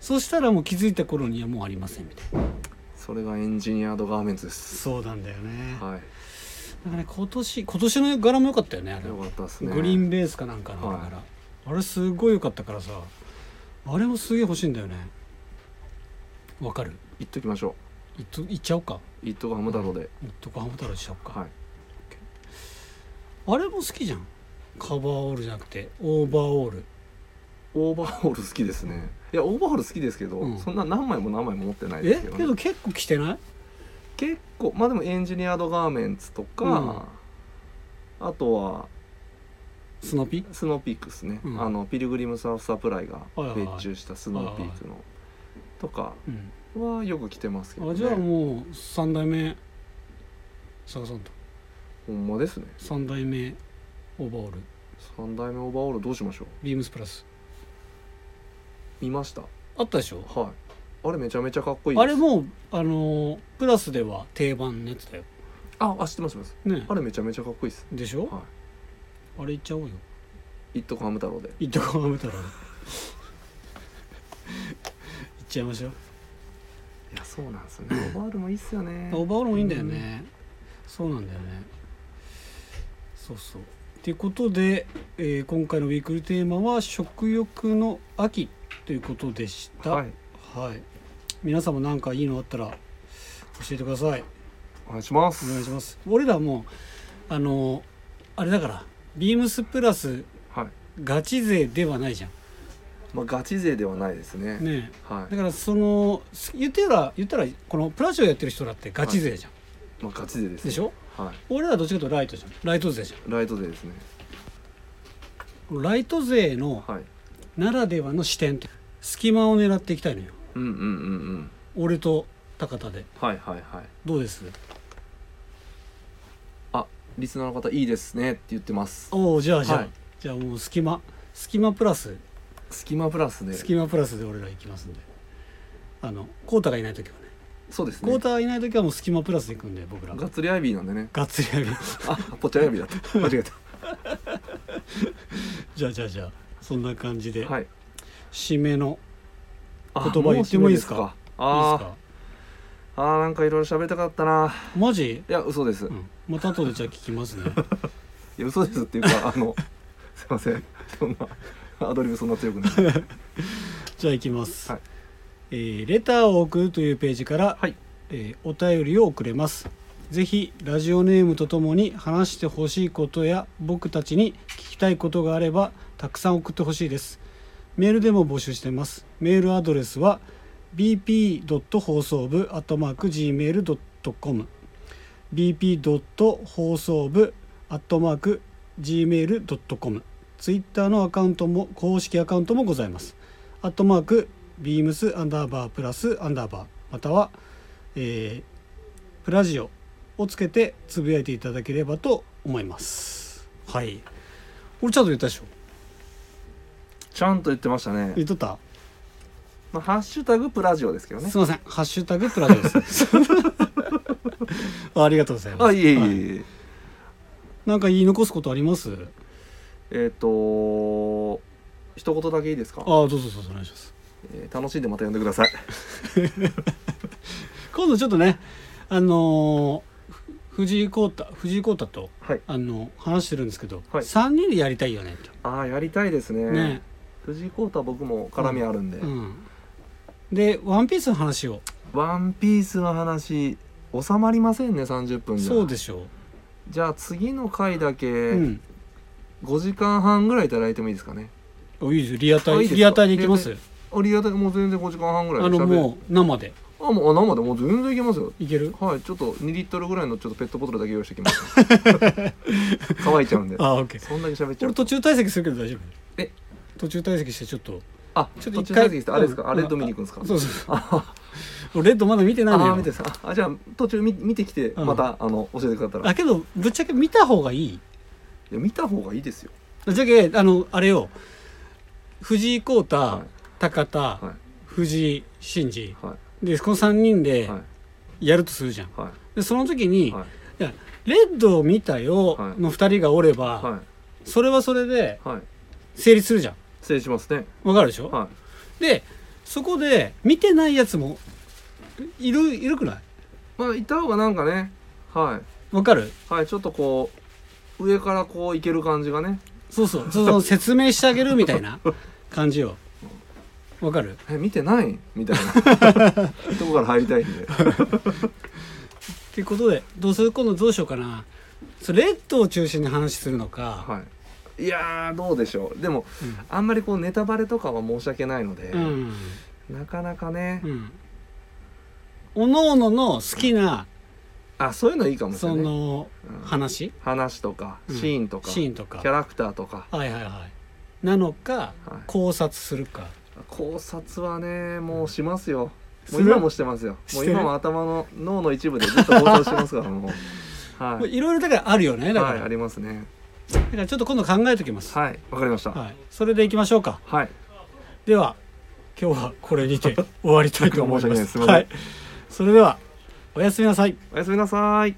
Speaker 1: そしたらもう気づいた頃にはもうありませんみたいな
Speaker 2: それがエンジニアードガーメンツです
Speaker 1: そうなんだよね
Speaker 2: はい
Speaker 1: だからね今年今年の柄も良かったよねあれ
Speaker 2: よかったですね
Speaker 1: グリーンベースかなんかのだから、あれすごい良かったからさあれもすげえ欲しいんだよねわかる
Speaker 2: 言っときましょ
Speaker 1: いっといっちゃおうか
Speaker 2: う一徳ハム太郎で、
Speaker 1: いっとこハム太郎にしちゃおうか、
Speaker 2: はい
Speaker 1: あれも好きじゃんカバーオールじゃなくてオーバーオール
Speaker 2: オーバーオール好きですねいやオーバーオール好きですけど、
Speaker 1: うん
Speaker 2: そんな何枚も何枚も持ってないです
Speaker 1: え
Speaker 2: けど,、
Speaker 1: けど結構着てない
Speaker 2: 結構まあでもエンジニアードガーメンツとか、あとは
Speaker 1: スノピ
Speaker 2: スノーピークですね、
Speaker 1: うん
Speaker 2: あのピルグリムサーフサプライが
Speaker 1: はいはい
Speaker 2: 別注したスノーピークのとか
Speaker 1: うん
Speaker 2: はよく着てますけど、ね、
Speaker 1: あじゃあもう3代目佐賀さんと
Speaker 2: ほんまですね
Speaker 1: 3代目オーバーオール
Speaker 2: 三代目オーバーオールどうしましょう
Speaker 1: ビームスプラス
Speaker 2: 見ました
Speaker 1: あったでしょ
Speaker 2: はいあれめちゃめちゃかっこいいです
Speaker 1: あれもうあのープラスでは定番のやつだよ
Speaker 2: ああ知ってます知ってます
Speaker 1: ね
Speaker 2: あれめちゃめちゃかっこいいです
Speaker 1: でしょ、
Speaker 2: は
Speaker 1: あれいっちゃおうよ
Speaker 2: い一徳ハム太郎で
Speaker 1: いっとこはめ たらいっちゃいましょう
Speaker 2: いやそうなんですよね オーバーオールもいいっすよね
Speaker 1: オーバーオールもいいんだよね、そうなんだよねそうそうっていうことで、えー今回のウィークルテーマは「食欲の秋」ということでした
Speaker 2: はい
Speaker 1: はい皆さんも何かいいのあったら教えてください
Speaker 2: お願いしま
Speaker 1: お願い
Speaker 2: す
Speaker 1: します俺らもうあのあれだからビームスプラス
Speaker 2: はい
Speaker 1: ガチ勢ではないじゃん
Speaker 2: まあガチ勢ではないですね
Speaker 1: ね
Speaker 2: は
Speaker 1: えだからそのす言ったら言ったらこのプラジオやってる人だってガチ勢じゃん、
Speaker 2: いまあガチ勢ですね
Speaker 1: でしょ
Speaker 2: は
Speaker 1: 俺らどっちかというとライトじゃんライト勢じゃん
Speaker 2: いライト勢ですね
Speaker 1: ライト勢の
Speaker 2: はい
Speaker 1: ならではの視点隙間を狙っていきたいのよ
Speaker 2: うんうんうんうん
Speaker 1: 俺と高田で
Speaker 2: はいはいはい
Speaker 1: どうです
Speaker 2: あリスナーの方いいですねって言ってます
Speaker 1: おおじゃあじゃあ、
Speaker 2: はい
Speaker 1: じゃあもう隙間隙間プラス
Speaker 2: スキマプラスで
Speaker 1: 隙間プラスで俺ら行きますんであのコータがいない時はね
Speaker 2: そうです
Speaker 1: コ
Speaker 2: ね
Speaker 1: ータがいない時はもう隙間プラスで行くんで僕ら
Speaker 2: が
Speaker 1: が
Speaker 2: っつりアイビーなんでね
Speaker 1: っつりやる
Speaker 2: あぽっちゃりアイビーだった間違えた
Speaker 1: じゃあじゃあじゃあそんな感じで、
Speaker 2: はい
Speaker 1: 締めの
Speaker 2: あ
Speaker 1: 言葉言ってもいいですか
Speaker 2: う締め
Speaker 1: いい
Speaker 2: あ
Speaker 1: ですか
Speaker 2: ーあーなんかいろいろ喋りたかったな
Speaker 1: マジ、
Speaker 2: いや嘘です、
Speaker 1: う
Speaker 2: い
Speaker 1: ん、また後でじゃあ聞きますね
Speaker 2: や嘘ですってい うかあのすいませんそんなアドリブそんな 強くない
Speaker 1: じゃあ行きます、
Speaker 2: はい
Speaker 1: えーレターを送る」というページから、
Speaker 2: はい
Speaker 1: えーお便りを送れますぜひラジオネームとともに話してほしいことや僕たちに聞きたいことがあればたくさん送ってほしいですメールでも募集してますメールアドレスは bp. 放送部 .gmail.com bp. 放送部 .gmail.com ツイッターのアカウントも公式アカウントもございますアットマークビームスアンダーバープラスアンダーバーまたはえープラジオをつけてつぶやいていただければと思いますはい俺ちゃんと言ったでしょ
Speaker 2: ちゃんと言ってましたね
Speaker 1: 言っとった、
Speaker 2: まあ、ハッシュタグプラジオですけどね
Speaker 1: すいません「ハッシュタグプラジオ」です あありがとうございます
Speaker 2: あいえいえい
Speaker 1: はい
Speaker 2: え、
Speaker 1: なんか言い残すことあります
Speaker 2: えっ、とー一言だけいいですか
Speaker 1: あ、あどうぞどうぞお願いします
Speaker 2: えー楽しんでまた呼んでください
Speaker 1: 今度ちょっとねあのーふ藤井耕太藤井耕太と
Speaker 2: はい
Speaker 1: あの話してるんですけど、
Speaker 2: はい
Speaker 1: 3人でやりたいよねと
Speaker 2: ああやりたいですね
Speaker 1: ね
Speaker 2: 藤井コータは僕も絡みあるんで、
Speaker 1: うん、で「ワンピースの話を
Speaker 2: ワンピースの話収まりませんね30分じゃ
Speaker 1: そうでしょ
Speaker 2: じゃあ次の回だけ
Speaker 1: う、うん
Speaker 2: 5時間半ぐらいいただいてもいいですかね
Speaker 1: おいいですよリアタ
Speaker 2: あい
Speaker 1: イ
Speaker 2: いですか
Speaker 1: リアタイでいきます
Speaker 2: ありがたいもう全然5時間半ぐらい
Speaker 1: あ
Speaker 2: で
Speaker 1: の
Speaker 2: 喋れ
Speaker 1: もう生で
Speaker 2: あもうあ生でもう全然いけますよ
Speaker 1: いける
Speaker 2: はいちょっと2リットルぐらいのちょっとペットボトルだけ用意してきます 乾いちゃうんで
Speaker 1: あオッケー
Speaker 2: そんだけ喋っちゃ
Speaker 1: 俺
Speaker 2: う
Speaker 1: 途中退席するけど大丈夫
Speaker 2: え
Speaker 1: 途中退席してちょっと
Speaker 2: あ
Speaker 1: ち
Speaker 2: ち
Speaker 1: ょ
Speaker 2: ょ
Speaker 1: っ
Speaker 2: っ
Speaker 1: と
Speaker 2: と
Speaker 1: 一
Speaker 2: 一
Speaker 1: 回
Speaker 2: 回ですかあれドミニクんですか
Speaker 1: そううそう俺レッドまだ見てない
Speaker 2: あ
Speaker 1: の
Speaker 2: あ
Speaker 1: よ
Speaker 2: 見てさあじゃあ途中見見てきて
Speaker 1: うん
Speaker 2: また、あの教えてくださったら
Speaker 1: あ
Speaker 2: い
Speaker 1: けどぶっちゃけ見た方がいい
Speaker 2: や見た方がいいですよ
Speaker 1: ぶっちゃけあのあれよ藤井耕太、
Speaker 2: は
Speaker 1: 高田、
Speaker 2: いは
Speaker 1: 藤井真二
Speaker 2: いは
Speaker 1: でこの3人
Speaker 2: い
Speaker 1: で
Speaker 2: はい
Speaker 1: やるとするじゃん、
Speaker 2: は
Speaker 1: でその時に、
Speaker 2: いはい
Speaker 1: レッドを見たよ」
Speaker 2: はい
Speaker 1: の2人がおれば、
Speaker 2: は
Speaker 1: それはそれで
Speaker 2: いはい
Speaker 1: 成立するじゃん
Speaker 2: 失礼しますね
Speaker 1: わかるでしょ、
Speaker 2: は
Speaker 1: でそこで見てないやつもいるいるくない
Speaker 2: いまあいた方がなんかねは
Speaker 1: わかる
Speaker 2: いはいちょっとこう上からこういける感じがね
Speaker 1: そうそうそう そう説明してあげるみたいな感じよわかる
Speaker 2: え見てないみたいな とこから入りたいんで
Speaker 1: っていうことでどうする今度どうしようかなそうレッドを中心に話するのか、
Speaker 2: はいいやーどうでしょうでも
Speaker 1: うん
Speaker 2: あんまりこうネタバレとかは申し訳ないので、
Speaker 1: うん
Speaker 2: なかなかね、
Speaker 1: うんおのおのの好きな
Speaker 2: あそういうのいいかもしれ
Speaker 1: そ
Speaker 2: ない、ね、
Speaker 1: の
Speaker 2: うん
Speaker 1: 話
Speaker 2: 話とか
Speaker 1: うん
Speaker 2: シーンとか、
Speaker 1: シーンとか
Speaker 2: キャラクターとか、
Speaker 1: はいはいはいなのか
Speaker 2: はい
Speaker 1: 考察するか
Speaker 2: 考察はねもうしますよも
Speaker 1: す
Speaker 2: う
Speaker 1: る
Speaker 2: 今もしてますよ
Speaker 1: し
Speaker 2: も
Speaker 1: て
Speaker 2: う
Speaker 1: る
Speaker 2: 今も頭の脳の一部でずっと考察してます からもうはい
Speaker 1: ろ
Speaker 2: い、
Speaker 1: いろだからあるよねだか
Speaker 2: はい、
Speaker 1: ら,、
Speaker 2: ありますね
Speaker 1: だからちょっと今度考えときます、
Speaker 2: はいわかりました
Speaker 1: はい
Speaker 2: はい、
Speaker 1: それでいきましょうかでは今日はこれにて終わりたいと思います
Speaker 2: なんか申し訳ないですすいません
Speaker 1: はい、それではおやすみなさい
Speaker 2: おやすみなさい